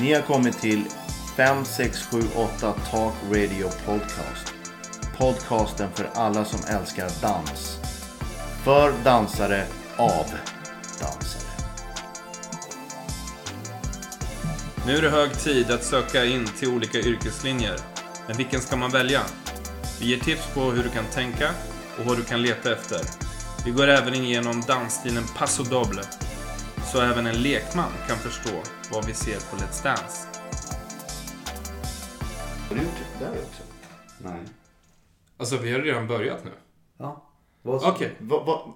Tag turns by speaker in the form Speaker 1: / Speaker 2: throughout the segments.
Speaker 1: Ni har kommit till 5678 Talk Radio Podcast. Podcasten för alla som älskar dans. För dansare, av dansare.
Speaker 2: Nu är det hög tid att söka in till olika yrkeslinjer. Men vilken ska man välja? Vi ger tips på hur du kan tänka och vad du kan leta efter. Vi går även igenom dansstilen passo doble. Så även en lekman kan förstå vad vi ser på Let's Dance.
Speaker 1: Har du gjort det där också?
Speaker 3: Nej.
Speaker 2: Alltså vi har redan börjat nu.
Speaker 3: Ja.
Speaker 1: Vad-
Speaker 2: Okej.
Speaker 1: vad- vad-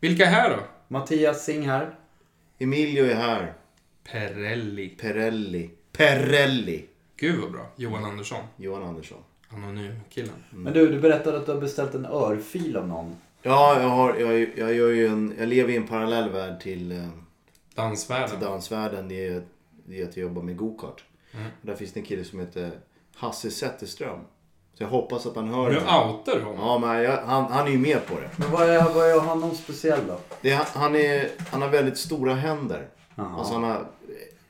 Speaker 2: Vilka är här då?
Speaker 3: Mattias Singh här.
Speaker 1: Emilio är här.
Speaker 2: Perelli.
Speaker 1: Perelli. Perelli.
Speaker 2: Gud vad bra. Johan Andersson.
Speaker 1: Johan Andersson.
Speaker 2: Anonym killen.
Speaker 3: Men du, du berättade att du har beställt en örfil av någon.
Speaker 1: Ja, jag, har, jag, jag, gör ju en, jag lever i en parallell värld till eh,
Speaker 2: Dansvärlden.
Speaker 1: dansvärlden. Det är, det är att jag jobbar med gokart. Där finns det en kille som heter Hasse Zetterström. Så jag hoppas att han hör
Speaker 2: Nu
Speaker 1: det. här.
Speaker 2: outar du honom.
Speaker 1: Ja, men jag, han, han är ju med på det.
Speaker 3: Men vad är, vad är honom speciell då?
Speaker 1: det är, han, är, han har väldigt stora händer.
Speaker 3: Jaha.
Speaker 1: Alltså han har,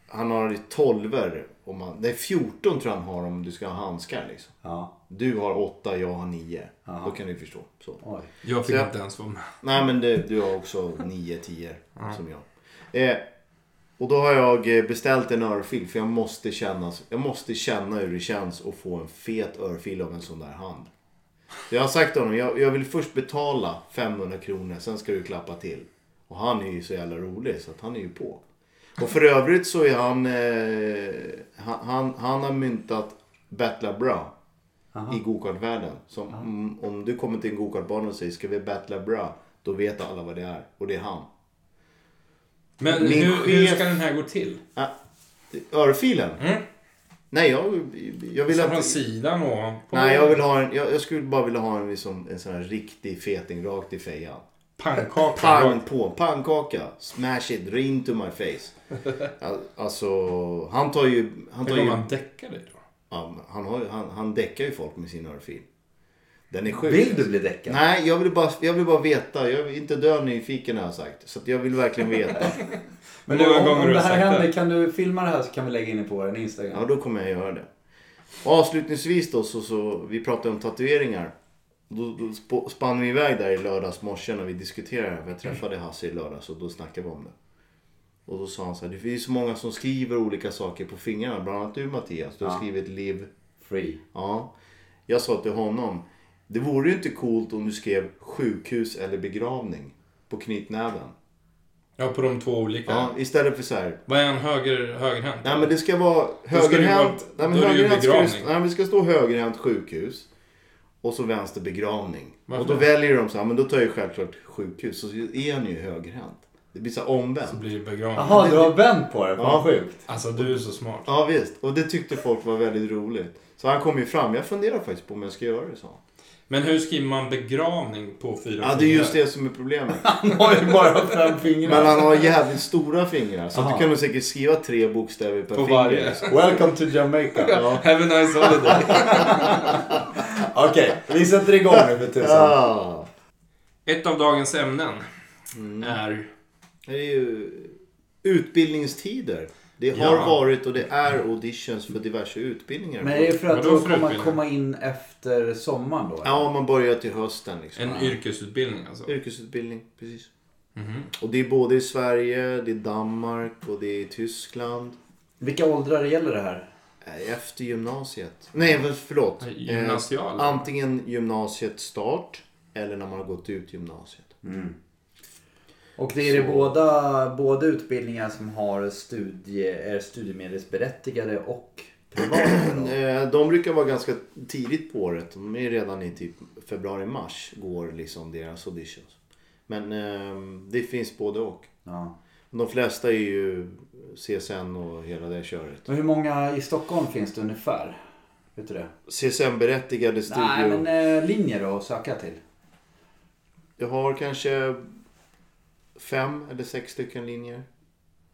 Speaker 1: han har tolver. Om man, nej, 14 tror jag han har om du ska ha handskar. Liksom.
Speaker 3: Ja.
Speaker 1: Du har 8, jag har 9. Då kan du förstå. Så.
Speaker 3: Oj.
Speaker 2: Jag
Speaker 1: Så
Speaker 2: fick
Speaker 1: jag-
Speaker 2: inte ens vara med.
Speaker 1: Nej men det, du har också 9 10 som jag. Eh, och då har jag eh, beställt en örfil för jag måste, känna, jag måste känna hur det känns att få en fet örfil av en sån där hand. Så jag har sagt till honom, jag, jag vill först betala 500 kronor, sen ska du klappa till. Och han är ju så jävla rolig så att han är ju på. Och för övrigt så är han, eh, han, han, han har myntat battla bra i gokartvärlden. Som om, om du kommer till en gokartbana och säger ska vi battla bra? Då vet alla vad det är och det är han.
Speaker 2: Men
Speaker 1: Min
Speaker 2: hur, hur
Speaker 1: chef-
Speaker 2: ska den här gå till?
Speaker 1: Ah, örfilen?
Speaker 2: Mm.
Speaker 1: Nej, jag, jag vill
Speaker 2: Så från
Speaker 1: att...
Speaker 2: sidan och... På
Speaker 1: Nej, jag, vill ha en, jag, jag skulle bara vilja ha en, liksom, en sån här riktig feting rakt i fejan.
Speaker 2: Pannkaka.
Speaker 1: Pang på, pannkaka. Smash it, ring to my face. Al- Alltså, han tar ju... Han, tar
Speaker 2: Tänk om
Speaker 1: ju,
Speaker 2: man däckar dig då?
Speaker 1: ja, men han, har, ju- han, han däckar ju folk med sin örfil. Den är sjuk.
Speaker 3: Vill du bli däckad?
Speaker 1: Nej, jag vill bara, jag vill bara veta. Jag är inte dö nyfiken har jag sagt. Så att jag vill verkligen veta.
Speaker 3: Men
Speaker 2: Hur
Speaker 3: du,
Speaker 2: många
Speaker 3: om,
Speaker 2: gånger
Speaker 3: om
Speaker 2: har
Speaker 3: det
Speaker 2: du
Speaker 3: här
Speaker 2: sagt
Speaker 3: händer,
Speaker 2: det?
Speaker 3: kan du filma det här så kan vi lägga in det på vår Instagram.
Speaker 1: Ja, då kommer jag göra det. Och avslutningsvis då, så, så, vi pratade om tatueringar. Då, då sp- spann vi iväg där i lördags morse när vi diskuterade det här. För jag träffade Hasse i lördags och då snackade vi om det. Och då sa han så här, det finns så många som skriver olika saker på fingrarna. Bland annat du Mattias, du har
Speaker 3: Ja.
Speaker 1: skrivit liv.
Speaker 3: Free.
Speaker 1: Ja. Jag sa till honom, det vore ju inte coolt om du skrev sjukhus eller begravning på knytnäven.
Speaker 2: Ja, på de två olika.
Speaker 1: Ja, istället för så här,
Speaker 2: Vad är en höger, högerhänt?
Speaker 1: Nej men det ska vara
Speaker 2: det ju
Speaker 1: högerhänt. Nej
Speaker 2: vara-
Speaker 1: men
Speaker 2: då är det ju
Speaker 1: högerhänt ska, ju-
Speaker 2: begravning.
Speaker 1: nej, men det ska stå högerhänt sjukhus. Och så vänster begravning.
Speaker 2: Varför
Speaker 1: Och då
Speaker 2: då?
Speaker 1: väljer de så här, men då tar jag ju självklart sjukhus. Så är han ju högerhänt. Det blir så här omvänt.
Speaker 2: Så blir det begravning.
Speaker 3: Jaha, du har vänt på det? Fan
Speaker 1: Ja.
Speaker 3: sjukt.
Speaker 2: Alltså du är så smart.
Speaker 1: Ja visst. Och det tyckte folk var väldigt roligt. Så han kom ju fram. Jag funderar faktiskt på om jag ska göra det sa han.
Speaker 2: Men hur skriver man begravning på fyra
Speaker 1: Ja det är just det som är problemet.
Speaker 3: Han har ju bara fem fingrar.
Speaker 1: Men han har jävligt stora fingrar. Så att du
Speaker 3: Aha.
Speaker 1: kan nog säkert skriva tre bokstäver per
Speaker 2: På
Speaker 1: finger.
Speaker 2: varje.
Speaker 3: Welcome to Jamaica.
Speaker 1: Ja.
Speaker 2: Have a nice holiday.
Speaker 3: Okej, vi sätter igång nu för tusan.
Speaker 1: Ja. Mm.
Speaker 2: Ett av dagens ämnen är...
Speaker 1: Det är ju utbildningstider. Det har
Speaker 2: Ja.
Speaker 1: varit och det är auditions för diverse utbildningar.
Speaker 3: Men är det för att
Speaker 2: Vadå
Speaker 3: då
Speaker 2: för
Speaker 3: kommer man
Speaker 2: utbildning?
Speaker 3: komma in efter sommaren då?
Speaker 1: Ja, man börjar till hösten. Liksom.
Speaker 2: En yrkesutbildning alltså. Mhm.
Speaker 1: Yrkesutbildning, precis. Och det är både i Sverige, det är Danmark och det är i Tyskland.
Speaker 3: Vilka åldrar gäller det här?
Speaker 1: Eh, Efter gymnasiet. Nej, men förlåt.
Speaker 2: Nej, gymnasial.
Speaker 1: Eh, antingen gymnasiet start eller när man har gått ut gymnasiet.
Speaker 3: Och det är det båda, båda utbildningar som har studie, är studiemedelsberättigade och privata då?
Speaker 1: Eh, De brukar vara ganska tidigt på året. De är redan i typ februari-mars går liksom deras auditions. Men eh, det finns både och.
Speaker 3: Ja.
Speaker 1: De flesta är ju CSN och hela det köret.
Speaker 3: Men hur många i Stockholm finns det ungefär? Vet du det?
Speaker 1: CSN-berättigade studio.
Speaker 3: Nej men eh, linjer då att söka till?
Speaker 1: Jag har kanske fem eller sex stycken linjer.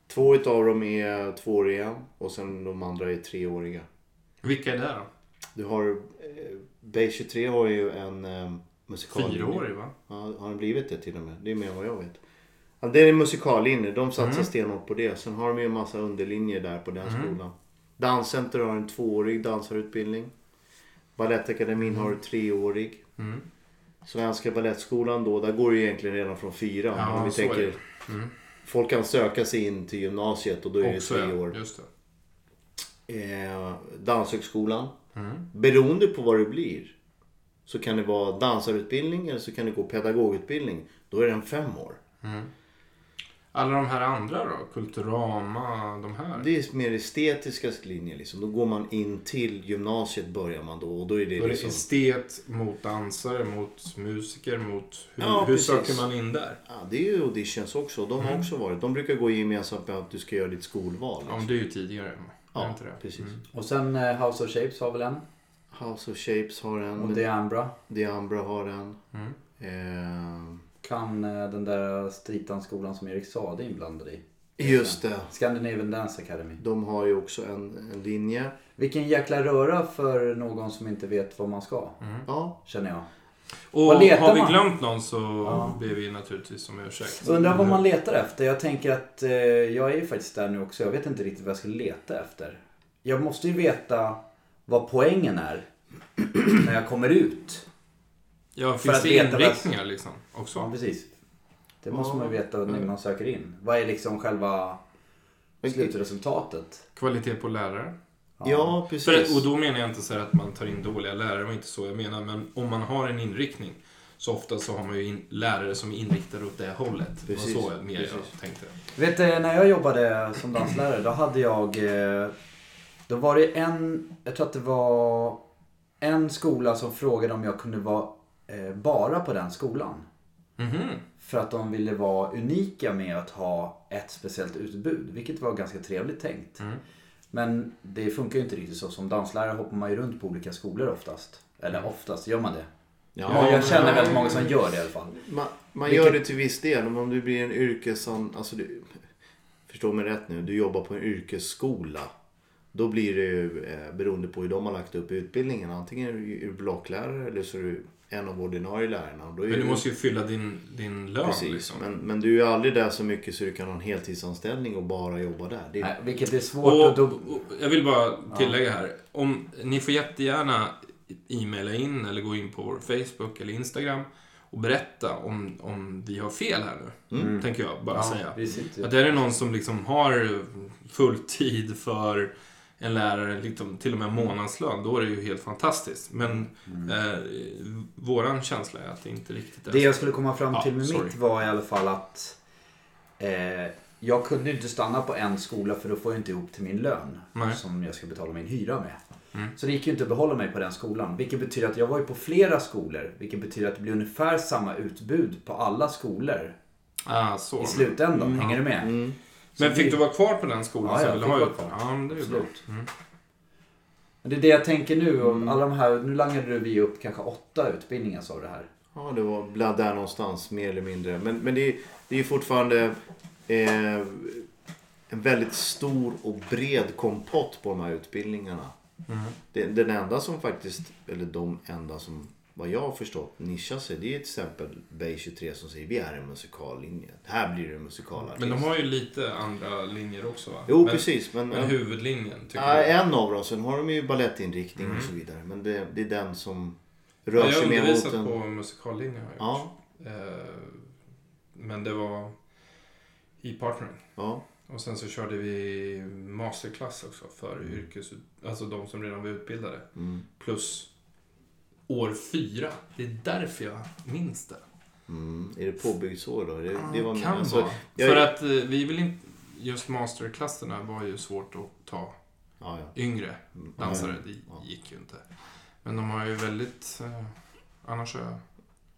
Speaker 1: Två utav dem är tvååriga och sen de andra är treåriga.
Speaker 2: Vilka är det då?
Speaker 1: Du har... Eh, Bay 23 har ju en eh, musikal.
Speaker 2: Fyraårig va?
Speaker 1: Ja, har den blivit det till och med? Det är mer än vad jag vet.
Speaker 2: Mm.
Speaker 1: Ja, det är en musikallinje. De satsar stenhårt på det. Sen har de ju en massa underlinjer där på den skolan. Danscenter har en tvåårig dansarutbildning. Balettakademin har en treårig.
Speaker 2: Mm.
Speaker 1: Svenska Balettskolan då, där går det ju egentligen redan från fyran.
Speaker 2: Ja,
Speaker 1: om vi
Speaker 2: så är
Speaker 1: tänker,
Speaker 2: det. Mm.
Speaker 1: folk kan söka sig in till gymnasiet och då är det
Speaker 2: Också,
Speaker 1: tre
Speaker 2: ja.
Speaker 1: år.
Speaker 2: Just det.
Speaker 1: Eh, danshögskolan.
Speaker 2: Mm.
Speaker 1: Beroende på vad det blir så kan det vara dansarutbildning eller så kan det gå pedagogutbildning. Då är den fem år.
Speaker 2: Alla de här andra då? Kulturama, de här?
Speaker 1: Det är mer estetiska linjer liksom. Då går man in till gymnasiet börjar man då och då är det
Speaker 2: Då är det
Speaker 1: liksom...
Speaker 2: estet mot dansare, mot musiker, mot... Hur,
Speaker 1: Ja,
Speaker 2: hur
Speaker 1: precis.
Speaker 2: söker man in där?
Speaker 1: Ja, det är ju auditions också. De har också varit. De brukar gå gemensamt med att du ska göra ditt skolval.
Speaker 2: Mm. Ja,
Speaker 1: Liksom.
Speaker 2: men det är ju tidigare. är det
Speaker 1: Ja,
Speaker 2: inte det? Mm.
Speaker 1: precis.
Speaker 3: Och sen eh, House of Shapes har väl en.
Speaker 1: House of Shapes har
Speaker 3: Och
Speaker 1: en.
Speaker 3: det är Ambra.
Speaker 1: Diambra har en.
Speaker 2: Mm.
Speaker 1: Eh,
Speaker 3: Kan eh, den där streetdansskolan som Erik Sade är inblandad i.
Speaker 1: just det.
Speaker 3: Scandinavian Dance Academy.
Speaker 1: De har ju också en, en linje.
Speaker 2: Mm.
Speaker 3: Vilken jäkla röra för någon som inte vet vad man ska.
Speaker 1: Ja,
Speaker 3: Känner jag.
Speaker 2: Och
Speaker 3: Vad letar
Speaker 2: har vi
Speaker 3: man?
Speaker 2: glömt någon så
Speaker 3: Ja.
Speaker 2: ber vi naturligtvis om ursäkt.
Speaker 3: Så undrar vad man letar efter. Jag tänker att eh, jag är ju faktiskt där nu också. Jag vet inte riktigt vad jag ska leta efter. Jag måste ju veta vad poängen är när jag kommer ut.
Speaker 2: Ja,
Speaker 3: För
Speaker 2: finns
Speaker 3: att
Speaker 2: det
Speaker 3: veta vad-
Speaker 2: inriktningar liksom
Speaker 3: Ja,
Speaker 2: också?
Speaker 3: precis. Det måste man ju veta när man söker in. Vad är liksom själva
Speaker 1: Men-
Speaker 3: slutresultatet?
Speaker 2: Kvalitet på lärare?
Speaker 1: ja
Speaker 2: För, och
Speaker 1: precis.
Speaker 2: då menar jag inte så här att man tar in dåliga lärare, det var inte så jag menar. Men om man har en inriktning så ofta så har man ju in, lärare som är inriktade åt det hållet.
Speaker 1: Precis,
Speaker 2: Det var så jag- mer
Speaker 1: precis.
Speaker 2: jag tänkte.
Speaker 3: Vet du, när jag jobbade som danslärare då hade jag... eh, Då var det en, jag tror att det var en skola som frågade om jag kunde vara eh, bara på den skolan.
Speaker 2: Mhm.
Speaker 3: För att de ville vara unika med att ha ett speciellt utbud. Vilket var ganska trevligt tänkt.
Speaker 2: Mm.
Speaker 3: Men det funkar ju inte riktigt så. Som danslärare hoppar man ju runt på olika skolor oftast.
Speaker 2: Mm.
Speaker 3: Eller oftast, gör man det? Ja, jag känner
Speaker 1: men-
Speaker 3: väldigt många som gör det i alla fall.
Speaker 1: Man, man
Speaker 3: Vilket-
Speaker 1: gör det till viss del. Men om du blir en yrkesan... Alltså du, förstå mig rätt nu. Du jobbar på en yrkesskola. Då blir det ju eh, beroende på hur de har lagt upp utbildningen. Antingen är du ju blocklärare eller så är du en av ordinarie lärarna. Och Då är
Speaker 2: Men du måste ju fylla din, din lön
Speaker 1: Precis,
Speaker 2: liksom.
Speaker 1: men, men du är ju aldrig där så mycket så du kan ha en heltidsanställning och bara jobba där. Det är,
Speaker 3: Nej, vilket är svårt.
Speaker 2: Och,
Speaker 3: att då...
Speaker 2: och jag vill bara tillägga här. Om, ni får jättegärna e-maila in eller gå in på vår Facebook eller Instagram och berätta om, om vi har fel här nu. Tänker jag bara säga.
Speaker 3: vi sitter ju-
Speaker 2: Att är det någon som liksom har fulltid för en lärare, liksom, till och med månadslön, då är det ju helt fantastiskt. Men eh, våran känsla är att det inte riktigt är
Speaker 3: Mm. Det
Speaker 2: så.
Speaker 3: jag skulle komma fram
Speaker 2: Ja,
Speaker 3: till med
Speaker 2: sorry.
Speaker 3: mitt var i alla fall att eh, jag kunde ju inte stanna på en skola för då får jag inte ihop till min lön.
Speaker 2: Nej. Mm.
Speaker 3: Som jag ska betala min hyra med. Så det gick ju inte att behålla mig på den skolan. Vilket betyder att jag var ju på flera skolor. Vilket betyder att det blir ungefär samma utbud på alla skolor.
Speaker 2: Ah, så.
Speaker 3: I slutändan, hänger du med?
Speaker 2: Men fick du vara kvar på den skolan?
Speaker 3: Ja,
Speaker 2: så
Speaker 3: jag
Speaker 2: vill
Speaker 3: fick
Speaker 2: ha
Speaker 3: vara
Speaker 2: ut-
Speaker 3: kvar.
Speaker 2: Ja, men det är ju bra.
Speaker 3: Absolut. Men det är det jag tänker nu. Om alla de här, nu langade du vi upp kanske åtta utbildningar sa du här.
Speaker 1: Ja, det var bland där någonstans mer eller mindre. Men, men det, är- det är ju fortfarande eh, en väldigt stor och bred kompott på de här utbildningarna.
Speaker 2: Mm.
Speaker 1: Det, den enda som faktiskt, eller de enda som vad jag har förstått nischar sig det är till exempel B23 som säger vi är en musikallinje. Här blir det en musikalartist.
Speaker 2: Men de har ju lite andra linjer också va?
Speaker 1: Jo
Speaker 2: men,
Speaker 1: precis men,
Speaker 2: Men huvudlinjen tycker
Speaker 1: Ja,
Speaker 2: jag.
Speaker 1: en av dem. Sen har de ju balettinriktning och så vidare. Men det, det är den som
Speaker 2: Jag
Speaker 1: rör
Speaker 2: har
Speaker 1: sig mer mot
Speaker 2: undervisat
Speaker 1: en...
Speaker 2: på musikallinjen har jag
Speaker 1: Ja,
Speaker 2: gjort. Eh, Men det var i partnering.
Speaker 1: ja.
Speaker 2: Och sen så körde vi masterklass också för yrkes... Alltså de som redan var utbildade.
Speaker 1: Mm.
Speaker 2: Plus år fyra. Det är därför jag minns det.
Speaker 1: Mm. Är det påbyggsår då? Det, det var
Speaker 2: kan
Speaker 1: alltså,
Speaker 2: vara.
Speaker 1: jag-
Speaker 2: För att eh, vi vill inte... Just masterklasserna var ju svårt att ta
Speaker 1: Ja, ja. Mm.
Speaker 2: yngre dansare.
Speaker 1: Ja.
Speaker 2: Det gick ju inte. Men de har ju väldigt... Eh, annars har jag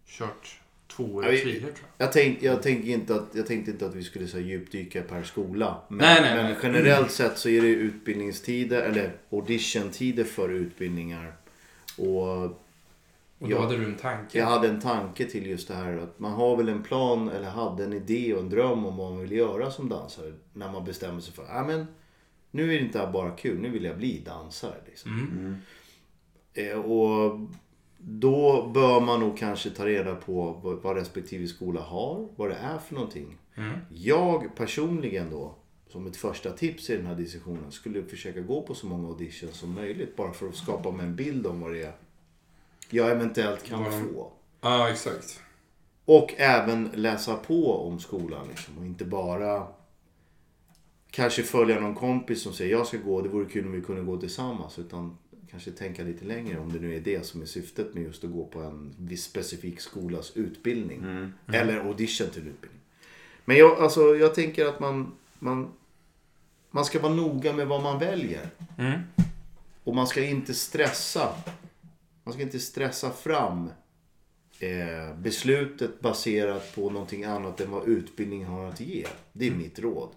Speaker 2: kört
Speaker 1: Ja,
Speaker 2: tvååriga
Speaker 1: vi-
Speaker 2: friidrott. tror jag.
Speaker 1: Jag, tänk, jag, tänker inte att, jag tänkte inte att vi skulle så här djupdyka per skola. Men,
Speaker 2: Nej, nej,
Speaker 1: men
Speaker 2: nej.
Speaker 1: generellt sett så är det utbildningstider, eller auditiontider för utbildningar. Och
Speaker 2: Och då
Speaker 1: Ja.
Speaker 2: hade du en tanke.
Speaker 1: jag hade en tanke till just det här att man har väl en plan eller hade en idé och en dröm om vad man vill göra som dansare. När man bestämmer sig för "Ah, men nu är det inte bara kul, nu vill jag bli dansare. Liksom. Eh, Och då bör man nog kanske ta reda på vad- vad respektive skola har, vad det är för någonting. Jag personligen då som ett första tips i den här diskussionen skulle försöka gå på så många auditions som möjligt bara för att skapa mig en bild om vad det är jag eventuellt kan
Speaker 2: Vad de-
Speaker 1: få.
Speaker 2: Ja, exakt.
Speaker 1: Och även läsa på om skolan liksom, och inte bara kanske följa någon kompis som säger jag ska gå, det vore kul om vi kunde gå tillsammans. Utan kanske tänka lite längre om det nu är det som är syftet med just att gå på en viss specifik skolas utbildning. Eller audition till en utbildning. Men jag, alltså, jag tänker att man, man, man ska vara noga med vad man väljer.
Speaker 2: Mm.
Speaker 1: Och man ska inte stressa. Man ska inte stressa fram eh, beslutet baserat på någonting annat än vad utbildningen har att ge. Det är mitt råd.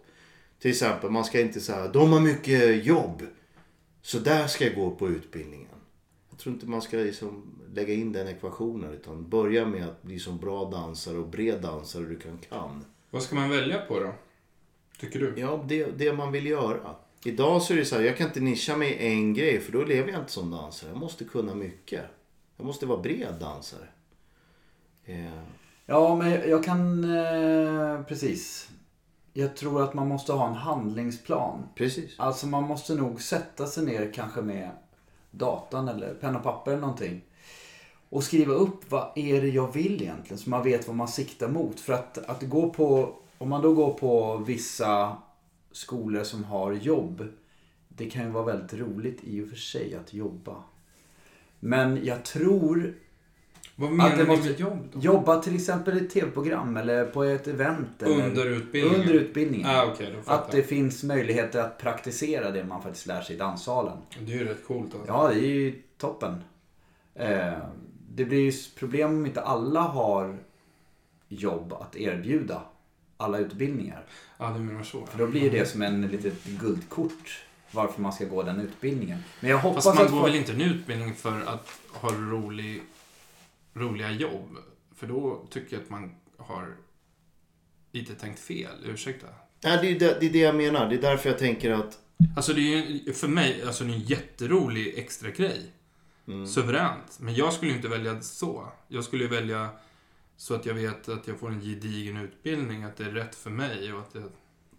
Speaker 1: Till exempel, man ska inte säga de har mycket jobb. Så där ska jag gå på utbildningen. Jag tror inte man ska liksom lägga in den ekvationen. Utan börja med att bli så bra dansare och bred dansare du kan kan.
Speaker 2: Vad ska man välja på då? Tycker du?
Speaker 1: Ja, det, det man vill göra. Idag så är det så här, jag kan inte nischa mig i en grej för då lever jag inte som dansare. Jag måste kunna mycket. Jag måste vara bred dansare. Eh,
Speaker 3: Ja, men jag- jag kan... Eh, precis. Jag tror att man måste ha en handlingsplan.
Speaker 1: precis.
Speaker 3: Alltså man måste nog sätta sig ner kanske med datan eller penna och papper eller någonting. Och skriva upp vad är det jag vill egentligen så man vet vad man siktar mot. För att, att gå på, om man då går på vissa skolor som har jobb. Det kan ju vara väldigt roligt i och för sig att jobba. Men jag tror
Speaker 2: Vad
Speaker 3: att
Speaker 2: menar
Speaker 3: det
Speaker 2: du
Speaker 3: måste
Speaker 2: med jobb då?
Speaker 3: jobba till exempel i ett tv-program eller på ett event. Eller
Speaker 2: Under utbildningen?
Speaker 3: Under utbildningen.
Speaker 2: Ah, okej, då
Speaker 3: Att
Speaker 2: fattar
Speaker 3: det
Speaker 2: jag.
Speaker 3: finns möjligheter att praktisera det man faktiskt lär sig i danssalen.
Speaker 2: Det är ju rätt coolt alltså.
Speaker 3: Ja, det är ju toppen. Eh, det blir ju problem om inte alla har jobb att erbjuda alla utbildningar.
Speaker 2: Ja, du menar så.
Speaker 3: För då blir ju det som en litet guldkort varför man ska gå den utbildningen. Men jag hoppas
Speaker 2: Fast man
Speaker 3: att
Speaker 2: går
Speaker 3: folk-
Speaker 2: väl inte en utbildning för att ha rolig, roliga jobb? För då tycker jag att man har lite tänkt fel. Ursäkta.
Speaker 1: Nej, det, är det, det är det jag menar. Det är därför jag tänker att
Speaker 2: Alltså det är ju för mig alltså det är en jätterolig extra grej.
Speaker 3: Mm.
Speaker 2: Suveränt. Men jag skulle ju inte välja så. Jag skulle ju välja så att jag vet att jag får en gedigen utbildning, att det är rätt för mig och att det...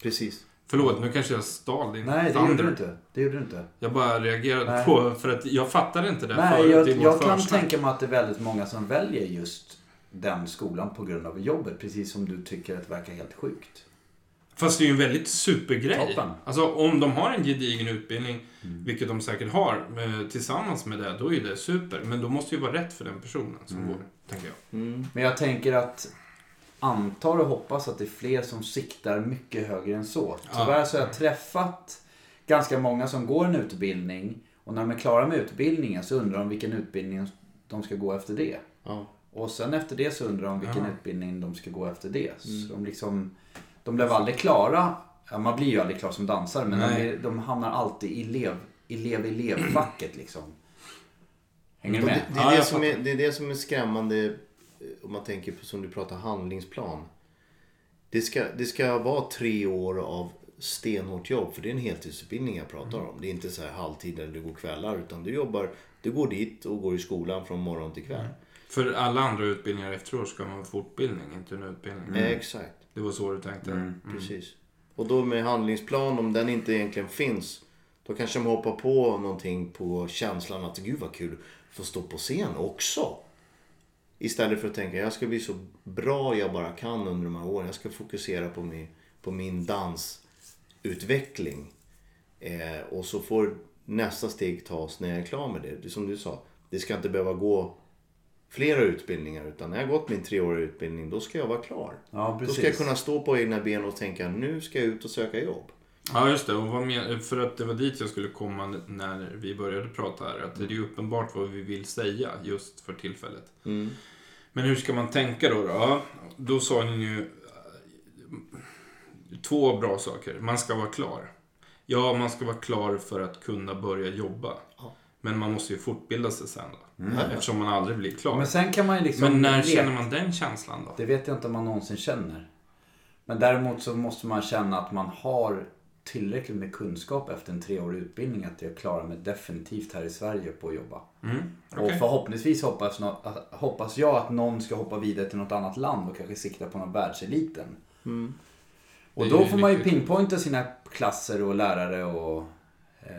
Speaker 1: Precis.
Speaker 2: Förlåt, nu kanske jag stal din
Speaker 3: Nej, det gjorde
Speaker 2: thunder.
Speaker 3: du inte. Det gjorde du inte.
Speaker 2: Jag bara reagerade
Speaker 3: Nej.
Speaker 2: på, för att jag fattade inte det
Speaker 3: Nej,
Speaker 2: förut
Speaker 3: jag,
Speaker 2: i vårt
Speaker 3: jag kan
Speaker 2: försnack.
Speaker 3: tänka mig att det är väldigt många som väljer just den skolan på grund av jobbet. Precis som du tycker att det verkar helt sjukt.
Speaker 2: Fast det är ju en väldigt supergrej.
Speaker 3: Toppen. Mm.
Speaker 2: Alltså om de har en gedigen utbildning, vilket de säkert har, eh, tillsammans med det, då är det super. Men då måste ju vara rätt för den personen som
Speaker 3: Mm.
Speaker 2: går, tänker jag.
Speaker 3: Men jag tänker att antar och hoppas att det är fler som siktar mycket högre än så. Tyvärr så har jag träffat ganska många som går en utbildning och när de är klara med utbildningen så undrar de vilken utbildning de ska gå efter det.
Speaker 1: Ja.
Speaker 3: Och sen efter det så undrar de vilken
Speaker 2: Ja.
Speaker 3: utbildning de ska gå efter det. Så
Speaker 1: Mm.
Speaker 3: de, liksom, de blev aldrig klara. Ja, man blir ju aldrig klar som dansare men de,
Speaker 2: Nej.
Speaker 3: blir, de hamnar alltid i elev, elev, elevfacket liksom. Hänger du
Speaker 1: Och
Speaker 3: med?
Speaker 1: Det, det, är
Speaker 2: Ja,
Speaker 1: det,
Speaker 2: jag
Speaker 1: som är, det är det som är skrämmande eh, om man tänker på som du pratar handlingsplan. Det ska, det ska vara tre år av stenhårt jobb för det är en heltidsutbildning jag pratar om. Det är inte så här halvtid eller du går kvällar utan du jobbar, du går dit och går i skolan från morgon till kväll.
Speaker 2: För alla andra utbildningar efteråt ska man ha fortbildning, inte en utbildning.
Speaker 1: Eh, Exakt.
Speaker 2: Det var så du tänkte. Mm.
Speaker 1: Precis. Och då med handlingsplan, om den inte egentligen finns, då kanske de hoppar på någonting på känslan att gud vad kul, få stå på scen också. Istället för att tänka jag ska bli så bra jag bara kan under de här åren. Jag ska fokusera på min, på min dansutveckling. Eh, och så får nästa steg tas när jag är klar med det. det. är Som du sa, det ska inte behöva gå flera utbildningar utan när jag har gått min treåriga utbildning då ska jag vara klar.
Speaker 3: Ja,
Speaker 1: Då ska jag kunna stå på egna ben och tänka nu ska jag ut och söka jobb.
Speaker 2: Ja, just det. Och vad men- för att det var dit jag skulle komma när vi började prata här. Att det är ju uppenbart vad vi vill säga just för tillfället. Men hur ska man tänka då? Då, ja, då sa ni ju eh, två bra saker. Man ska vara klar. Ja, man ska vara klar för att kunna börja jobba. Men man måste ju fortbilda sig sen då. Eftersom man aldrig blir klar.
Speaker 3: Men
Speaker 2: Men,
Speaker 3: sen kan man ju liksom...
Speaker 2: när
Speaker 3: leka-
Speaker 2: känner man den känslan då?
Speaker 3: Det vet jag inte om man någonsin känner. Men däremot så måste man känna att man har tillräckligt med kunskap efter en treårig utbildning att jag klarar mig definitivt här i Sverige på att jobba.
Speaker 2: Mm,
Speaker 3: Och
Speaker 2: okej.
Speaker 3: förhoppningsvis hoppas, nå- att- hoppas jag att någon ska hoppa vidare till något annat land och kanske sikta på någon världseliten.
Speaker 1: Mm.
Speaker 3: Och
Speaker 2: Det är
Speaker 3: då
Speaker 2: ju
Speaker 3: får man ju
Speaker 2: viktigt.
Speaker 3: pinpointa sina klasser och lärare och eh,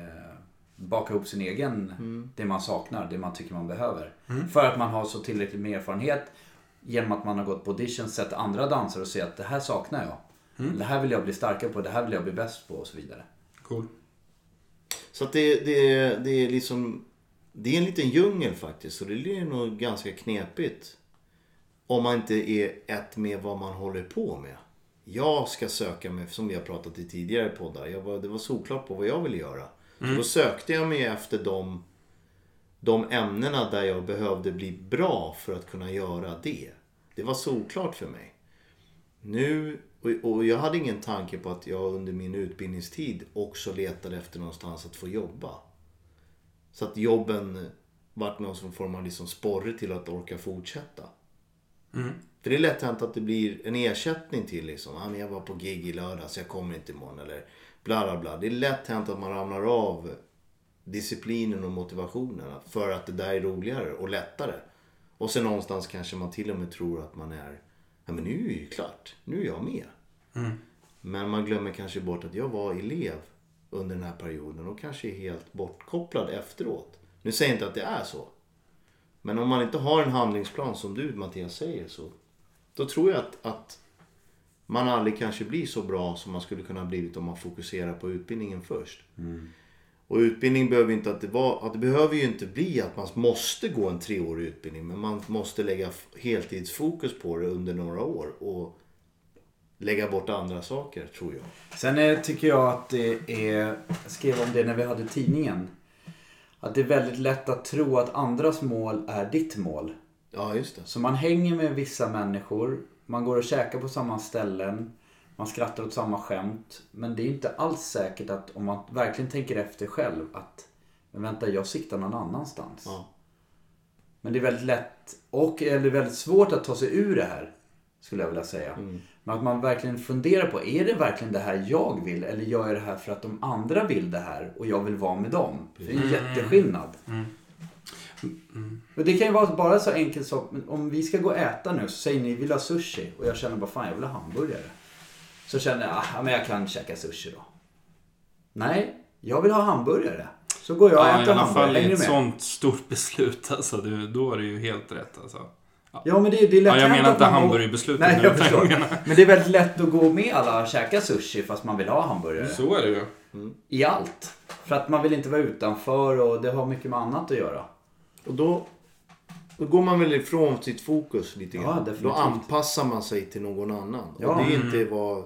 Speaker 3: baka ihop sin egen, det man saknar, det man tycker man behöver. För att man har så tillräckligt med erfarenhet genom att man har gått på auditions, sett andra danser och sett att det här saknar jag. Det här vill jag bli starkare på, det här vill jag bli bäst på och så vidare.
Speaker 2: Cool.
Speaker 1: Så att det, det, det är liksom... Det är en liten djungel faktiskt. Så det är nog ganska knepigt. Om man inte är ett med vad man håller på med. Jag ska söka mig, som vi har pratat i tidigare poddar. Jag var, det var solklart på vad jag ville göra. Så då sökte jag mig efter de, de ämnena där jag behövde bli bra för att kunna göra det. Det var solklart för mig. Nu, och- och jag hade ingen tanke på att jag under min utbildningstid också letade efter någonstans att få jobba. Så att jobben vart någon som form av liksom sporre till att orka fortsätta.
Speaker 2: Mm.
Speaker 1: För det är lätt hänt att det blir en ersättning till liksom. Ah, men jag var på gig i lördags, jag kommer inte imorgon. Eller bla bla bla. Det är lätt hänt att man ramlar av disciplinen och motivationen. För att det där är roligare och lättare. Och sen någonstans kanske man till och med tror att man är... Ja men nu är det ju klart. Nu är jag med. Men man glömmer kanske bort att jag var elev under den här perioden och kanske är helt bortkopplad efteråt. Nu säger jag inte att det är så. Men om man inte har en handlingsplan som du Mattias säger så då tror jag att, att man aldrig kanske blir så bra som man skulle kunna ha blivit om man fokuserar på utbildningen först. Och utbildning behöver inte att det var, att det behöver ju inte bli att man måste gå en treårig utbildning men man måste lägga f- heltidsfokus på det under några år och lägga bort andra saker tror jag.
Speaker 3: Sen eh, tycker jag att det är, jag skrev om det när vi hade tidningen. Att det är väldigt lätt att tro att andras mål är ditt mål.
Speaker 1: Ja just det.
Speaker 3: Så man hänger med vissa människor, man går och käkar på samma ställen, man skrattar åt samma skämt. Men det är inte alls säkert att om man verkligen tänker efter själv att men vänta, jag siktar någon annanstans.
Speaker 1: Ja.
Speaker 3: Men det är väldigt lätt och eller väldigt svårt att ta sig ur det här. Skulle jag vilja säga. Men att man verkligen funderar på, är det verkligen det här jag vill? Eller gör jag det här för att de andra vill det här och jag vill vara med dem? För det är en jätteskillnad. Men det kan ju vara bara så enkelt som, men om vi ska gå och äta nu så säger ni vill ha sushi och jag känner bara fan jag vill ha hamburgare. Så känner jag, ah, men jag kan käka sushi då. Nej, jag vill ha hamburgare. Så går jag och
Speaker 2: Ja, I
Speaker 3: äter
Speaker 2: alla fall
Speaker 3: hamburgare.
Speaker 2: i
Speaker 3: Hänger
Speaker 2: ett
Speaker 3: ni med?
Speaker 2: sånt stort beslut alltså. Du, då är det ju helt rätt alltså.
Speaker 3: Ja men det, det är lätt
Speaker 2: Ja, jag
Speaker 3: hänt
Speaker 2: menar
Speaker 3: att
Speaker 2: inte
Speaker 3: man går-
Speaker 2: hamburgerbeslutet
Speaker 3: Nej,
Speaker 2: nu,
Speaker 3: jag
Speaker 2: utan
Speaker 3: förstår.
Speaker 2: jag menar-
Speaker 3: Men det är väldigt lätt att gå med alla och käka sushi fast man vill ha hamburgare.
Speaker 2: Så är det ju.
Speaker 3: I allt. För att man vill inte vara utanför och det har mycket med annat att göra.
Speaker 1: Och då, då går man väl ifrån sitt fokus lite
Speaker 3: Ja,
Speaker 1: grann.
Speaker 3: definitivt.
Speaker 1: då anpassar man sig till någon annan.
Speaker 3: Ja.
Speaker 1: Och det är inte vad,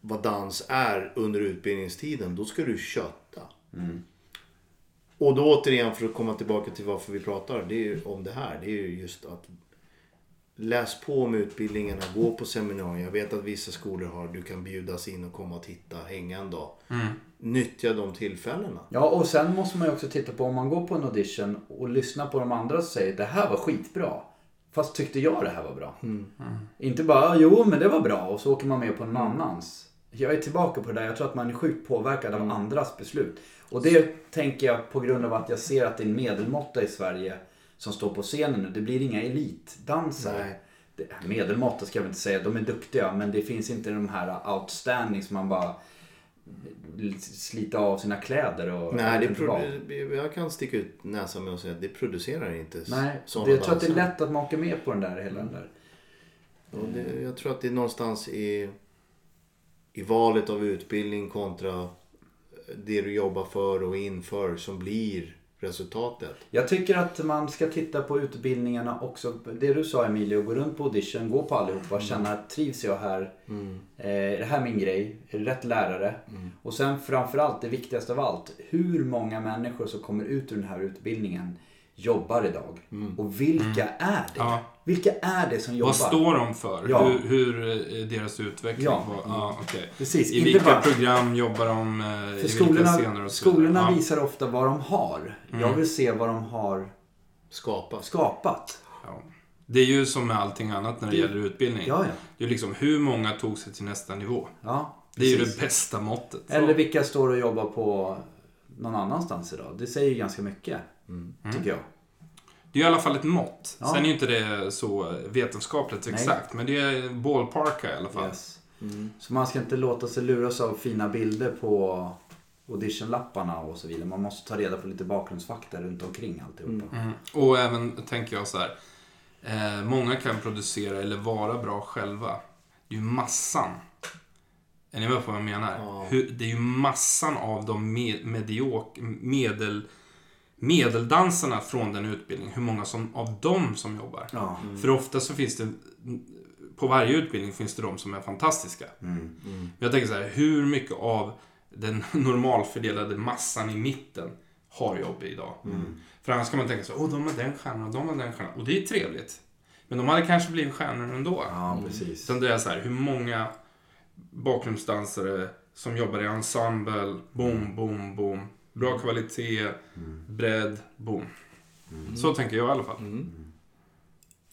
Speaker 1: vad dans är under utbildningstiden. Då ska du kötta.
Speaker 3: Mm.
Speaker 1: Och då återigen för att komma tillbaka till varför vi pratar det är ju om det här. Det är ju just att läs på om utbildningarna, gå på seminarier. Jag vet att vissa skolor har, du kan bjudas in och komma och titta, hänga en dag. Nyttja de tillfällena.
Speaker 3: Ja och sen måste man ju också titta på om man går på en audition och lyssnar på de andra som säger det här var skitbra. Fast tyckte jag det här var bra. Mm. Inte bara jo men det var bra och så åker man med på någon annans. Jag är tillbaka på det där, jag tror att man är sjukt påverkad av andras beslut. Och det tänker jag på grund av att jag ser att det är en medelmåtta i Sverige som står på scenen nu. Det blir inga elitdansare.
Speaker 1: Nej.
Speaker 3: Det- Medelmåtta ska jag väl inte säga, de är duktiga men det finns inte de här outstanding som man bara slita av sina kläder och...
Speaker 1: Nej, det
Speaker 3: vad.
Speaker 1: produ- jag kan sticka ut näsan med och säga att det producerar inte s-
Speaker 3: Nej,
Speaker 1: sådana
Speaker 3: det, jag tror att det är
Speaker 1: danser.
Speaker 3: lätt att man åker med på den där hela den där.
Speaker 1: Och det, jag tror att det är någonstans i, i valet av utbildning kontra eh, det du jobbar för och inför som blir resultatet.
Speaker 3: Jag tycker att man ska titta på utbildningarna också. Det du sa Emilio, gå runt på audition, gå på
Speaker 1: Mm.
Speaker 3: allihopa, känna trivs jag här? Eh, är det här min grej? Är det rätt lärare?
Speaker 1: Mm.
Speaker 3: Och sen framförallt, det viktigaste av allt, hur många människor som kommer ut ur den här utbildningen jobbar idag?
Speaker 1: Mm.
Speaker 3: Och vilka är det?
Speaker 2: Mm. Ja.
Speaker 3: Vilka är det som jobbar?
Speaker 2: Vad står de för?
Speaker 3: Ja.
Speaker 2: Hur, hur eh, deras utveckling
Speaker 3: Ja.
Speaker 2: var? Ja, okej.
Speaker 3: Precis,
Speaker 2: I
Speaker 3: inte
Speaker 2: vilka
Speaker 3: bara-
Speaker 2: program jobbar de? eh, I
Speaker 3: För
Speaker 2: vilka scener
Speaker 3: skolorna,
Speaker 2: och så vidare?
Speaker 3: skolorna
Speaker 2: ja. Mm.
Speaker 3: visar ofta vad de har. Jag vill se vad de har
Speaker 1: Skapa.
Speaker 3: skapat.
Speaker 2: Ja. Det är ju som med allting annat när det gäller utbildning.
Speaker 3: Ja, ja.
Speaker 2: Det är liksom hur många tog sig till nästa nivå.
Speaker 3: Ja,
Speaker 2: Det är ju
Speaker 3: precis.
Speaker 2: det bästa måttet.
Speaker 3: Eller vilka står och jobbar på någon annanstans idag. Det säger ju ganska mycket,
Speaker 2: Mm.
Speaker 3: tycker jag.
Speaker 2: Det är i alla fall ett mått.
Speaker 3: Ja.
Speaker 2: Sen är ju inte det så vetenskapligt exakt, men det är ballparka i alla fall.
Speaker 3: Yes.
Speaker 1: Mm.
Speaker 3: Så man ska inte låta sig luras av fina bilder på auditionlapparna och så vidare. Man måste ta reda på lite bakgrundsfakta runt omkring alltihopa.
Speaker 2: Mm. Och även tänker jag så här. Eh, många kan producera eller vara bra själva. Det är ju massan. Är ni med på vad jag menar? Hur, det är ju massan av de med, mediok, medel, medeldansarna från den utbildningen. Hur många som, av dem som jobbar.
Speaker 3: Ja.
Speaker 2: För ofta så finns det, på varje utbildning finns det de som är fantastiska.
Speaker 3: Mm.
Speaker 2: Men jag tänker så här, hur mycket av den normalfördelade massan i mitten har jobb idag? För annars kan man tänka så, åh de har den stjärnan och de har den stjärnan. Och det är trevligt. Men de hade kanske blivit stjärnor ändå.
Speaker 3: Ja, precis.
Speaker 2: Utan det är Mm. så här, hur många bakgrundsdansare som jobbar i ensemble, boom, boom, boom. Bra kvalitet,
Speaker 3: Mm.
Speaker 2: bredd, boom. Så tänker jag i alla fall.
Speaker 1: Mm.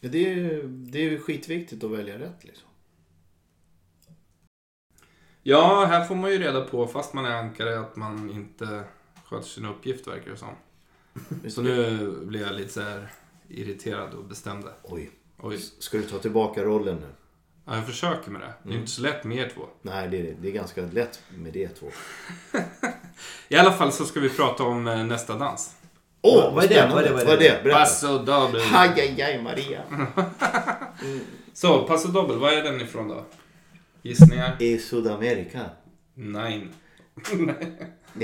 Speaker 1: Ja, det, är, det är ju skitviktigt att välja rätt liksom.
Speaker 2: Ja, här får man ju reda på, fast man är ankare, att man inte sköter sin uppgift verkar det som.
Speaker 1: Visst
Speaker 2: Så
Speaker 1: är det-
Speaker 2: nu blir jag lite så här irriterad och bestämd.
Speaker 1: Oj,
Speaker 2: Oj,
Speaker 1: ska du ta tillbaka rollen nu?
Speaker 2: ja, jag försöker med det. Det är inte så lätt med er två.
Speaker 1: Nej, det är, det är ganska lätt med det två.
Speaker 2: I alla fall så ska vi prata om eh, nästa dans.
Speaker 1: Åh,
Speaker 3: Ja, vad är det?
Speaker 1: spännande.
Speaker 3: Vad är det?
Speaker 1: Vad är det? Berätta.
Speaker 2: Paso Doble.
Speaker 1: Aj, aj, aj, Maria.
Speaker 2: Så, Paso Doble, var är den ifrån då? Gissningar?
Speaker 1: I Sydamerika.
Speaker 2: Nej.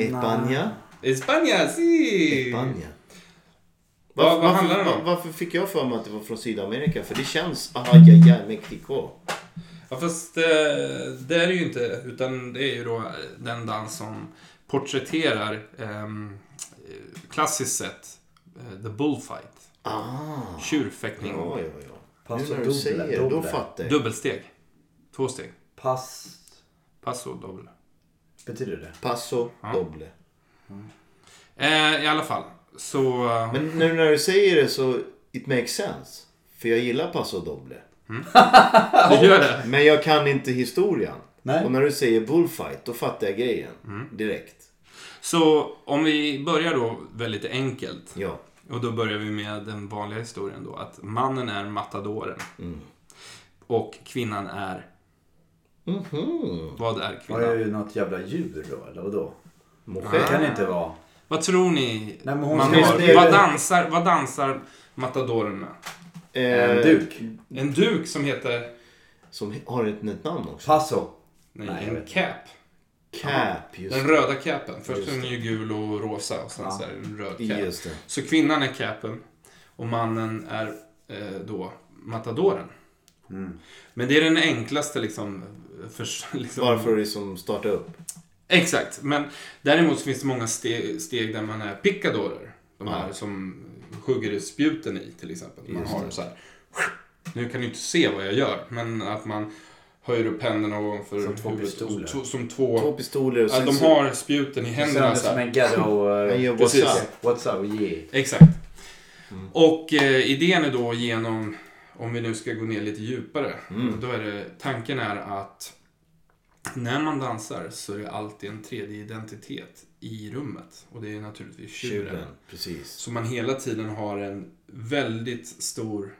Speaker 1: Spanien.
Speaker 2: España, si!
Speaker 1: Spanien.
Speaker 2: Vad- vad
Speaker 1: varför,
Speaker 2: handlar den om?
Speaker 1: var- varför fick jag för mig att det var från Sydamerika? För det känns, aj, aj, aj, Mexiko.
Speaker 2: Ja, fast eh, det är det ju inte. Utan det är ju då eh, den dans som porträtterar ehm, eh, klassiskt sett eh, the bullfight.
Speaker 1: Ah,
Speaker 2: Tjurfäktning.
Speaker 1: ja, ja, ja.
Speaker 3: Pass
Speaker 1: nu när
Speaker 3: och
Speaker 1: du
Speaker 3: dubbla,
Speaker 1: säger det, då
Speaker 3: dubbla.
Speaker 1: fattar jag.
Speaker 2: Dubbelsteg. Två steg.
Speaker 3: Pass,
Speaker 2: Passo doble.
Speaker 3: betyder det?
Speaker 1: Passo doble.
Speaker 2: Eh, I alla fall. Så... eh,
Speaker 1: Men nu när du säger det så, it makes sense. För jag gillar passo doble.
Speaker 2: Du gör det?
Speaker 1: Men jag kan inte historien.
Speaker 3: Nej.
Speaker 1: Och när du säger bullfight, då fattar jag grejen.
Speaker 2: Mm.
Speaker 1: Direkt.
Speaker 2: Så om vi börjar då väldigt enkelt.
Speaker 1: Ja.
Speaker 2: Och då börjar vi med den vanliga historien då. Att mannen är matadoren. Och kvinnan är...
Speaker 1: Mhm.
Speaker 2: Vad är
Speaker 3: Var
Speaker 2: kvinnan?
Speaker 3: det ju något jävla djur då, eller vadå?
Speaker 1: Mojé.
Speaker 3: Det kan inte vara.
Speaker 2: Vad tror ni
Speaker 3: Nej, men hon
Speaker 2: man
Speaker 3: ska ju
Speaker 2: har?
Speaker 3: spela-
Speaker 2: Vad dansar, vad dansar matadoren med?
Speaker 1: Eh,
Speaker 3: En duk.
Speaker 2: En duk som heter...
Speaker 1: Som har ett nytt namn också.
Speaker 3: Passo.
Speaker 2: Nej,
Speaker 3: Nej, jag
Speaker 2: en
Speaker 3: vet
Speaker 2: cap.
Speaker 1: Cap, just
Speaker 2: Den
Speaker 1: det.
Speaker 2: röda capen. Först är den ju gul och rosa och sen så är det en röd cap.
Speaker 1: Just det.
Speaker 2: Så kvinnan är capen och mannen är eh, då matadoren. Men det är den enklaste liksom... För, liksom
Speaker 1: Varför är det som startar upp?
Speaker 2: Exakt, men däremot så finns det många ste- steg där man är pickadorer. De här som hugger i spjuten i till exempel. Man har så här. Nu kan du inte se vad jag gör, men att man höjer upp händerna ovanför
Speaker 3: Som två
Speaker 2: huvudet.
Speaker 3: pistoler.
Speaker 2: To, som två...
Speaker 1: Två pistoler och
Speaker 2: ja,
Speaker 1: sen
Speaker 2: de
Speaker 1: så...
Speaker 2: har spjuten i
Speaker 3: Sen är
Speaker 2: händerna
Speaker 3: det
Speaker 2: så
Speaker 3: som
Speaker 2: här.
Speaker 3: en ghetto...
Speaker 1: Han
Speaker 3: eh,
Speaker 1: gör
Speaker 2: Precis.
Speaker 1: what's up.
Speaker 3: What's up, yeah.
Speaker 2: Exakt. Och eh, idén är då genom, om vi nu ska gå ner lite djupare, då är det, tanken är att när man dansar så är det alltid en tredje identitet i rummet. Och det är naturligtvis tjuren.
Speaker 1: Tjuren, precis.
Speaker 2: Så man hela tiden har en väldigt stor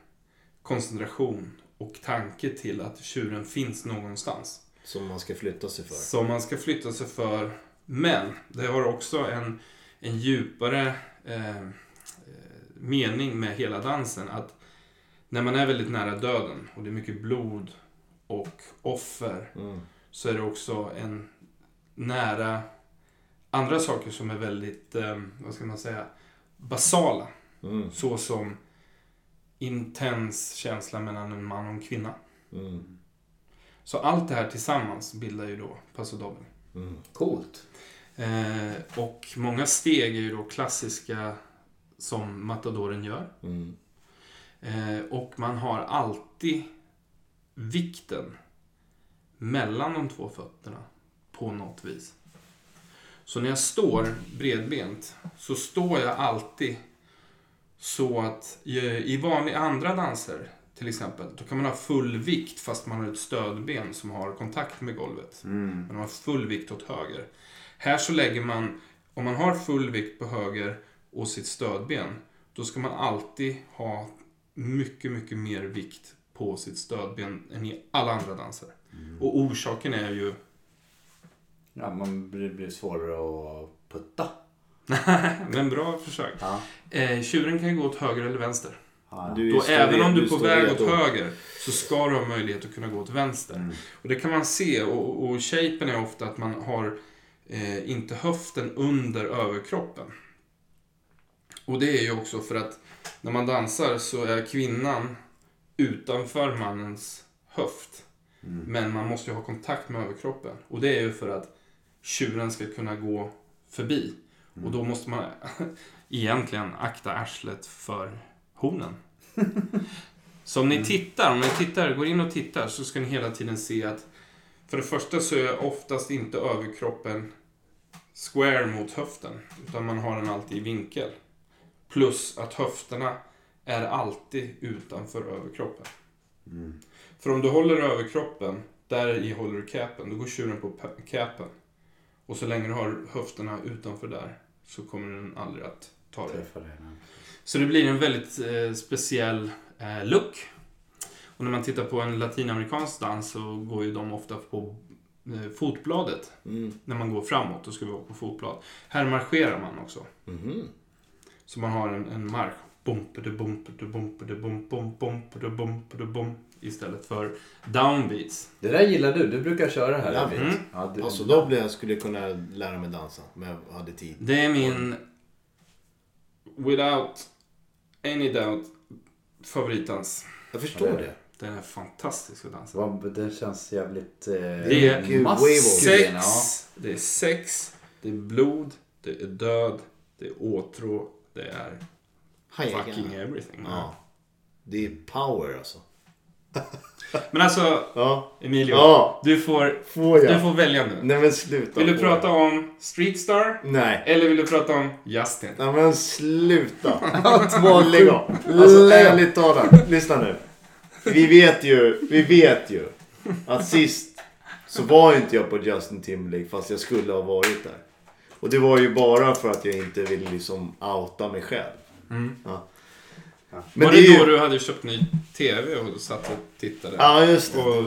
Speaker 2: koncentration och tanke till att tjuren finns någonstans.
Speaker 1: Som man ska flytta sig för.
Speaker 2: Som man ska flytta sig för. Men det har också en, en djupare eh, eh, mening med hela dansen. Att när man är väldigt nära döden och det är mycket blod och offer
Speaker 1: Mm.
Speaker 2: så är det också en nära andra saker som är väldigt, eh, vad ska man säga, basala.
Speaker 1: Mm.
Speaker 2: Så som intens känsla mellan en man och en kvinna.
Speaker 1: Mm.
Speaker 2: Så allt det här tillsammans bildar ju då Paso Doble.
Speaker 1: Mm.
Speaker 3: Coolt.
Speaker 2: Eh, och många steg är ju då klassiska som matadoren gör.
Speaker 1: Mm.
Speaker 2: Eh, och man har alltid vikten mellan de två fötterna på något vis. Så när jag står bredbent så står jag alltid så att eh, i vanliga andra danser till exempel, då kan man ha full vikt fast man har ett stödben som har kontakt med golvet. Man har full vikt åt höger. Här så lägger man, om man har full vikt på höger och sitt stödben, då ska man alltid ha mycket, mycket mer vikt på sitt stödben än i alla andra danser. Och orsaken är ju...
Speaker 3: Ja, man blir, blir svårare att putta.
Speaker 2: Men bra försök.
Speaker 3: Ja.
Speaker 2: Eh, tjuren kan ju gå åt höger eller vänster.
Speaker 3: Ja.
Speaker 1: Du är
Speaker 2: Då,
Speaker 1: ju
Speaker 2: även om du är på
Speaker 1: står
Speaker 2: väg åt
Speaker 1: redo.
Speaker 2: höger så ska du ha möjlighet att kunna gå åt vänster. Och det kan man se och, och shapen är ofta att man har eh, inte höften under överkroppen. Och det är ju också för att när man dansar så är kvinnan utanför mannens höft. Men man måste ju ha kontakt med överkroppen. Och det är ju för att tjuren ska kunna gå förbi. Och då måste man egentligen akta arslet för hornen. Så om ni tittar, om ni tittar, går in och tittar så ska ni hela tiden se att för det första så är oftast inte överkroppen square mot höften. Utan man har den alltid i vinkel. Plus att höfterna är alltid utanför överkroppen.
Speaker 3: Mm.
Speaker 2: För om du håller överkroppen, där i håller du capen, då går tjuren på pa- capen. Och så länge du har höfterna utanför där så kommer den aldrig att ta dig.
Speaker 3: Träffar det. ja.
Speaker 2: Så det blir en väldigt eh, speciell eh, look. Och när man tittar på en latinamerikansk dans så går ju de ofta på eh, fotbladet.
Speaker 1: Mm.
Speaker 2: När man går framåt, då ska vi vara på fotblad. Här marscherar man också.
Speaker 1: Mhm.
Speaker 2: Så man har en, en marsch. Bumpede, bumpede, bumpede, bump, bump, bumpede, bumpede, bump. Istället för downbeats.
Speaker 3: Det där gillar du. Du brukar köra det här.
Speaker 1: Ja.
Speaker 3: David.
Speaker 2: Mm.
Speaker 3: Ja, du,
Speaker 1: Alltså då blev jag, skulle jag kunna lära mig dansa om jag hade tid.
Speaker 2: Det är min without any doubt favoritdans.
Speaker 1: Jag förstår
Speaker 3: Ja, det är
Speaker 1: det.
Speaker 2: Den är fantastisk att dansa.
Speaker 3: vad- det känns jävligt... Eh,
Speaker 2: Det är
Speaker 1: Gud,
Speaker 2: sex,
Speaker 1: Maskulin,
Speaker 3: maskulina. Ja.
Speaker 2: det är sex, det är blod, det är död, det är åtrå, det är fucking
Speaker 1: Hajegarna.
Speaker 2: everything.
Speaker 1: Ja. Det är power alltså.
Speaker 2: Men alltså,
Speaker 1: Ja.
Speaker 2: Emilio.
Speaker 1: Ja.
Speaker 2: Du, får,
Speaker 1: Får
Speaker 2: du
Speaker 1: jag?
Speaker 2: får välja nu.
Speaker 1: Nej men sluta.
Speaker 2: Vill du
Speaker 1: Får
Speaker 2: prata
Speaker 1: jag?
Speaker 2: om Streetstar?
Speaker 1: Nej.
Speaker 2: Eller vill du prata om Justin?
Speaker 1: Nej men sluta.
Speaker 3: Två
Speaker 1: Lägg av. Alltså ärligt talat. Lyssna nu. Vi vet ju, vi vet ju att sist så var ju inte jag på Justin Timberlake fast jag skulle ha varit där. Och det var ju bara för att jag inte ville liksom outa mig själv. Ja. Men
Speaker 2: Mm. Var
Speaker 1: det
Speaker 2: det
Speaker 1: är
Speaker 2: då
Speaker 1: ju...
Speaker 2: du hade köpt ny TV och du satt och tittade?
Speaker 1: Ja just det.
Speaker 2: Och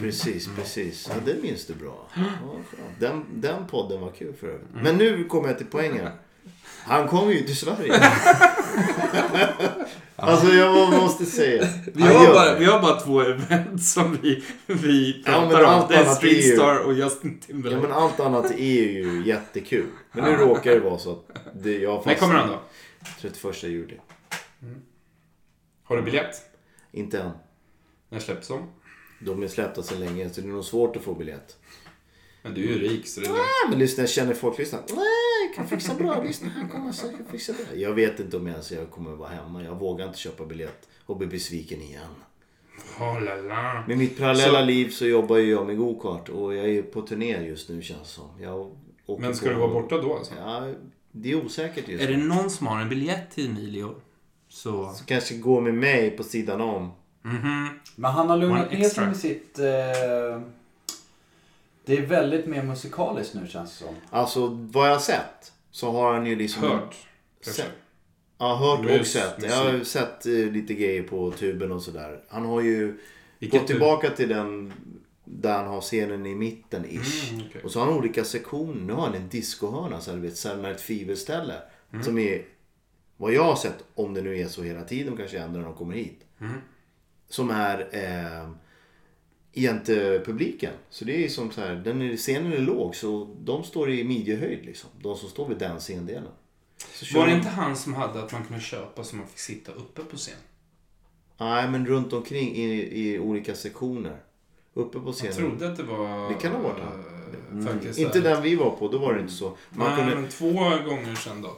Speaker 1: Precis, precis. Ja, det minns du bra. Ja, skönt. den, den podden var kul för övrigt. Men nu kommer jag till poängen. Han kom ju till Sverige. alltså jag måste säga.
Speaker 2: vi,
Speaker 1: han
Speaker 2: har
Speaker 1: gör
Speaker 2: bara,
Speaker 1: det.
Speaker 2: vi har bara två event som vi, vi
Speaker 1: Ja, men
Speaker 2: pratar om.
Speaker 1: allt
Speaker 2: Det är
Speaker 1: annat är ju-
Speaker 2: Streetstar och Justin
Speaker 1: Ja
Speaker 2: Timberlake.
Speaker 1: men allt annat E är ju jättekul. Men nu råkar det vara så att det, jag
Speaker 2: När kommer han då?
Speaker 1: 31 juli.
Speaker 2: Har du biljett?
Speaker 1: Inte än.
Speaker 2: När släpps de?
Speaker 1: De är släppta sedan länge så det är nog svårt att få biljett.
Speaker 2: Men du är ju rik så det är
Speaker 1: Nej men lyssna, jag känner folk lyssnar. Nej, jag kan fixa bra. Lyssna, han kommer säkert fixa bra. Jag vet inte om jag ens jag kommer vara hemma. Jag vågar inte köpa biljett och bli besviken igen.
Speaker 2: Oh, la, la.
Speaker 1: Med mitt parallella
Speaker 2: Så-
Speaker 1: liv så jobbar ju jag med gokart och jag är på turné just nu känns det som. Jag åker
Speaker 2: Men ska
Speaker 1: på-
Speaker 2: du vara borta då alltså?
Speaker 1: Ja, det är osäkert just
Speaker 2: Är
Speaker 1: nu.
Speaker 2: det någon som har en biljett till Emilio? Så...
Speaker 1: Så kanske gå med mig på sidan om.
Speaker 2: Mhm.
Speaker 3: Men han har lugnat
Speaker 2: One
Speaker 3: ner
Speaker 2: extra.
Speaker 3: sig med sitt... Eh, det är väldigt mer musikaliskt nu känns det som.
Speaker 1: Alltså vad jag har sett så har han ju liksom...
Speaker 2: Hört. kanske.
Speaker 1: Sett. Ja, hört och
Speaker 2: Mus-
Speaker 1: sett. Jag har ju sett eh, lite grejer på tuben och sådär. Han har ju
Speaker 2: Vilket
Speaker 1: gått tillbaka till den där han har scenen i mitten ish.
Speaker 2: Mm, okej.
Speaker 1: Och så har han olika sektioner. Nu har han en discohörna, så här, du vet, Selma ett fivelställe.
Speaker 2: Mm.
Speaker 1: Som är vad jag har sett, om det nu är så hela tiden, kanske ändrar när de kommer hit.
Speaker 2: Mm.
Speaker 1: Som är eh, jämte publiken. Så det är som så här, den är, scenen är låg så de står i midjehöjd liksom. De som står vid den scendelen. Så kör
Speaker 2: Var det
Speaker 1: de-
Speaker 2: inte han som hade att man kunde köpa så man fick sitta uppe på scen?
Speaker 1: Nej, men runt omkring i, i olika sektioner. Uppe på
Speaker 2: Jag
Speaker 1: scenen.
Speaker 2: trodde att det var...
Speaker 1: Det kan ha varit han.
Speaker 2: eh, Faktiskt.
Speaker 1: Inte
Speaker 2: där.
Speaker 1: den vi var på, då var det inte så. Man
Speaker 2: Nej,
Speaker 1: kunde...
Speaker 2: men två gånger sedan då.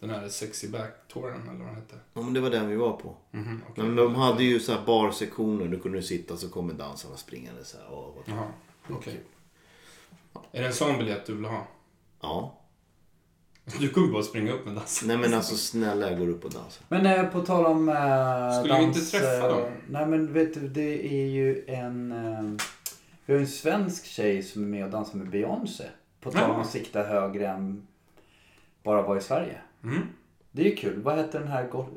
Speaker 2: Den här Sexy Back-touren eller vad den hette.
Speaker 1: Ja, men det var den vi var på.
Speaker 2: Mhm, okej.
Speaker 1: Men de hade ju så här barsektioner, du kunde du sitta så kommer dansarna springande så här. Åh, vad...
Speaker 2: Jaha, okej. Är det en sån biljett du vill ha?
Speaker 1: Ja.
Speaker 2: Du kommer bara springa upp med dansen.
Speaker 1: Nej men alltså snälla jag går upp och dansar.
Speaker 3: Men eh, på tal om eh,
Speaker 2: Skulle vi inte träffa
Speaker 3: eh,
Speaker 2: dem?
Speaker 3: Nej men vet du, det är ju en... Eh, vi har ju en svensk tjej som är med och dansar med Beyoncé. På tal om
Speaker 2: Jaha.
Speaker 3: att sikta högre än bara vara i Sverige.
Speaker 2: Mm.
Speaker 3: Det är ju kul. Vad heter den här... go-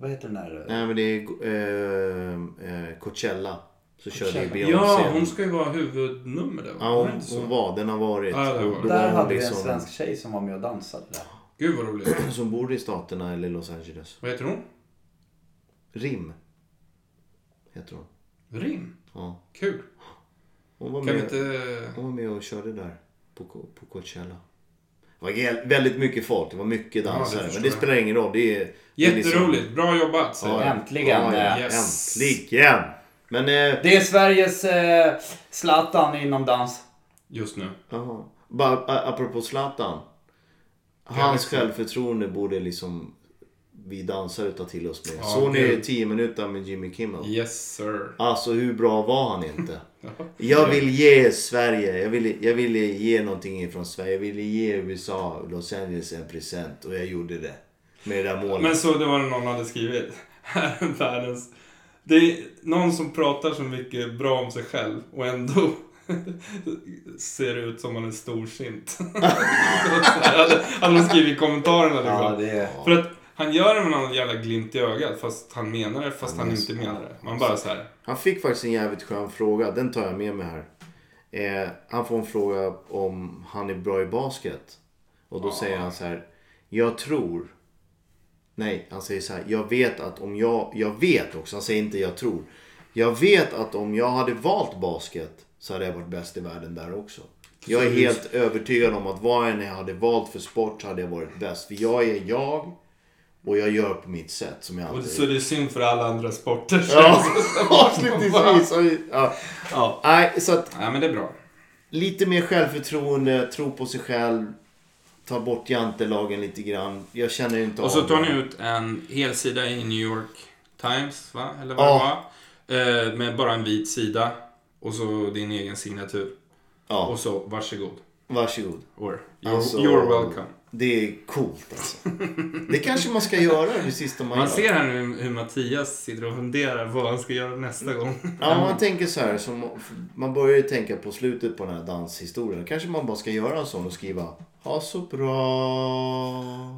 Speaker 3: Vad heter den här...
Speaker 1: Nej men det är eh, eh, Coachella. Så körde ju
Speaker 3: Coachella.
Speaker 1: Beyoncé.
Speaker 2: Ja, hon ska ju vara huvudnummer där.
Speaker 1: Ja,
Speaker 2: Var det
Speaker 1: hon,
Speaker 2: inte
Speaker 1: hon
Speaker 2: så?
Speaker 1: var. Den har varit.
Speaker 2: Ja, det har
Speaker 1: Och
Speaker 2: varit.
Speaker 1: då
Speaker 3: Där
Speaker 1: hon
Speaker 3: hade vi en
Speaker 1: liksom-
Speaker 3: svensk tjej som var med och dansade. Där.
Speaker 2: Gud vad roligt.
Speaker 1: Som bor i Staterna eller Los Angeles.
Speaker 2: Vad heter hon?
Speaker 1: Rim. Heter hon.
Speaker 2: Rim.
Speaker 1: Ja.
Speaker 2: Kul.
Speaker 1: Hon var
Speaker 2: Kan
Speaker 1: med.
Speaker 2: vi inte...
Speaker 1: Hon var med och körde där på, Co- på Coachella. Det var gel- väldigt mycket folk, det var mycket
Speaker 2: det
Speaker 1: dansare.
Speaker 2: förstår
Speaker 1: men det
Speaker 2: jag.
Speaker 1: spelar ingen roll. Det är, det är liksom-
Speaker 2: Jätteroligt. Bra jobbat. säger
Speaker 1: Ja,
Speaker 2: jag.
Speaker 3: Äntligen, eh,
Speaker 1: Ja, ja,
Speaker 2: yes.
Speaker 1: Äntligen! Men... Eh,
Speaker 3: Det är Sveriges eh, Zlatan inom dans.
Speaker 2: Just nu.
Speaker 1: jaha. Bara, a- apropå Zlatan. Hans självförtroende borde liksom vi dansare ta till oss med.
Speaker 2: Ja,
Speaker 1: Såg ni
Speaker 2: gud.
Speaker 1: 10 minuter med Jimmy Kimmel?
Speaker 2: Yes sir.
Speaker 1: Alltså hur bra var han inte? Jag vill ge Sverige, jag ville jag vill ge någonting från Sverige. Jag ville ge USA och Los Angeles en present och jag gjorde det. Med det där målet.
Speaker 2: Men så det var det någon hade skrivit. Här är världens... Det är någon som pratar så mycket bra om sig själv och ändå ser ut som en storsint. hade, hade de skrivit i kommentarerna liksom.
Speaker 3: Ja, det är...
Speaker 2: För att han gör det med någon jävla glimt i ögat fast han menar det fast han inte menar det. Man bara så här.
Speaker 1: Han fick faktiskt en jävligt skön fråga, den tar jag med mig här. Eh, han får en fråga om han är bra i basket. Och då säger han så här. Jag tror. Nej, han säger så här. Jag vet att om jag. Jag vet också, han säger inte jag tror. Jag vet att om jag hade valt basket så hade jag varit bäst i världen där också. Jag är helt övertygad om att vad än jag hade valt för sport så hade jag varit bäst. För jag är jag och jag gör på mitt sätt som jag
Speaker 2: Och
Speaker 1: alltid
Speaker 2: så är det synd för alla andra sporter.
Speaker 1: Ja, avslutningsvis. har vi- Ja.
Speaker 2: ja.
Speaker 1: Nej, så att
Speaker 2: Nej men det är bra.
Speaker 1: lite mer självförtroende, tro på sig själv. Ta bort jantelagen lite grann. Jag känner inte
Speaker 2: Och så
Speaker 1: av
Speaker 2: tar
Speaker 1: det.
Speaker 2: ni ut en hel sida i New York Times, va? Eller vad
Speaker 1: Ja.
Speaker 2: det var. Eh, med bara en vit sida. Och så din egen signatur.
Speaker 1: Ja,
Speaker 2: Och så varsågod.
Speaker 1: varsågod.
Speaker 2: Or, you're,
Speaker 1: Alltså,
Speaker 2: you're welcome.
Speaker 1: Det är coolt alltså. Det kanske man ska göra det sista man,
Speaker 2: Man
Speaker 1: gör.
Speaker 2: ser här nu hur Mattias sitter och funderar vad han ska göra nästa gång.
Speaker 1: Ja, man tänker så här. Som, man börjar ju tänka på slutet på den här danshistorien. Kanske man bara ska göra en sån och skriva. Ha så bra.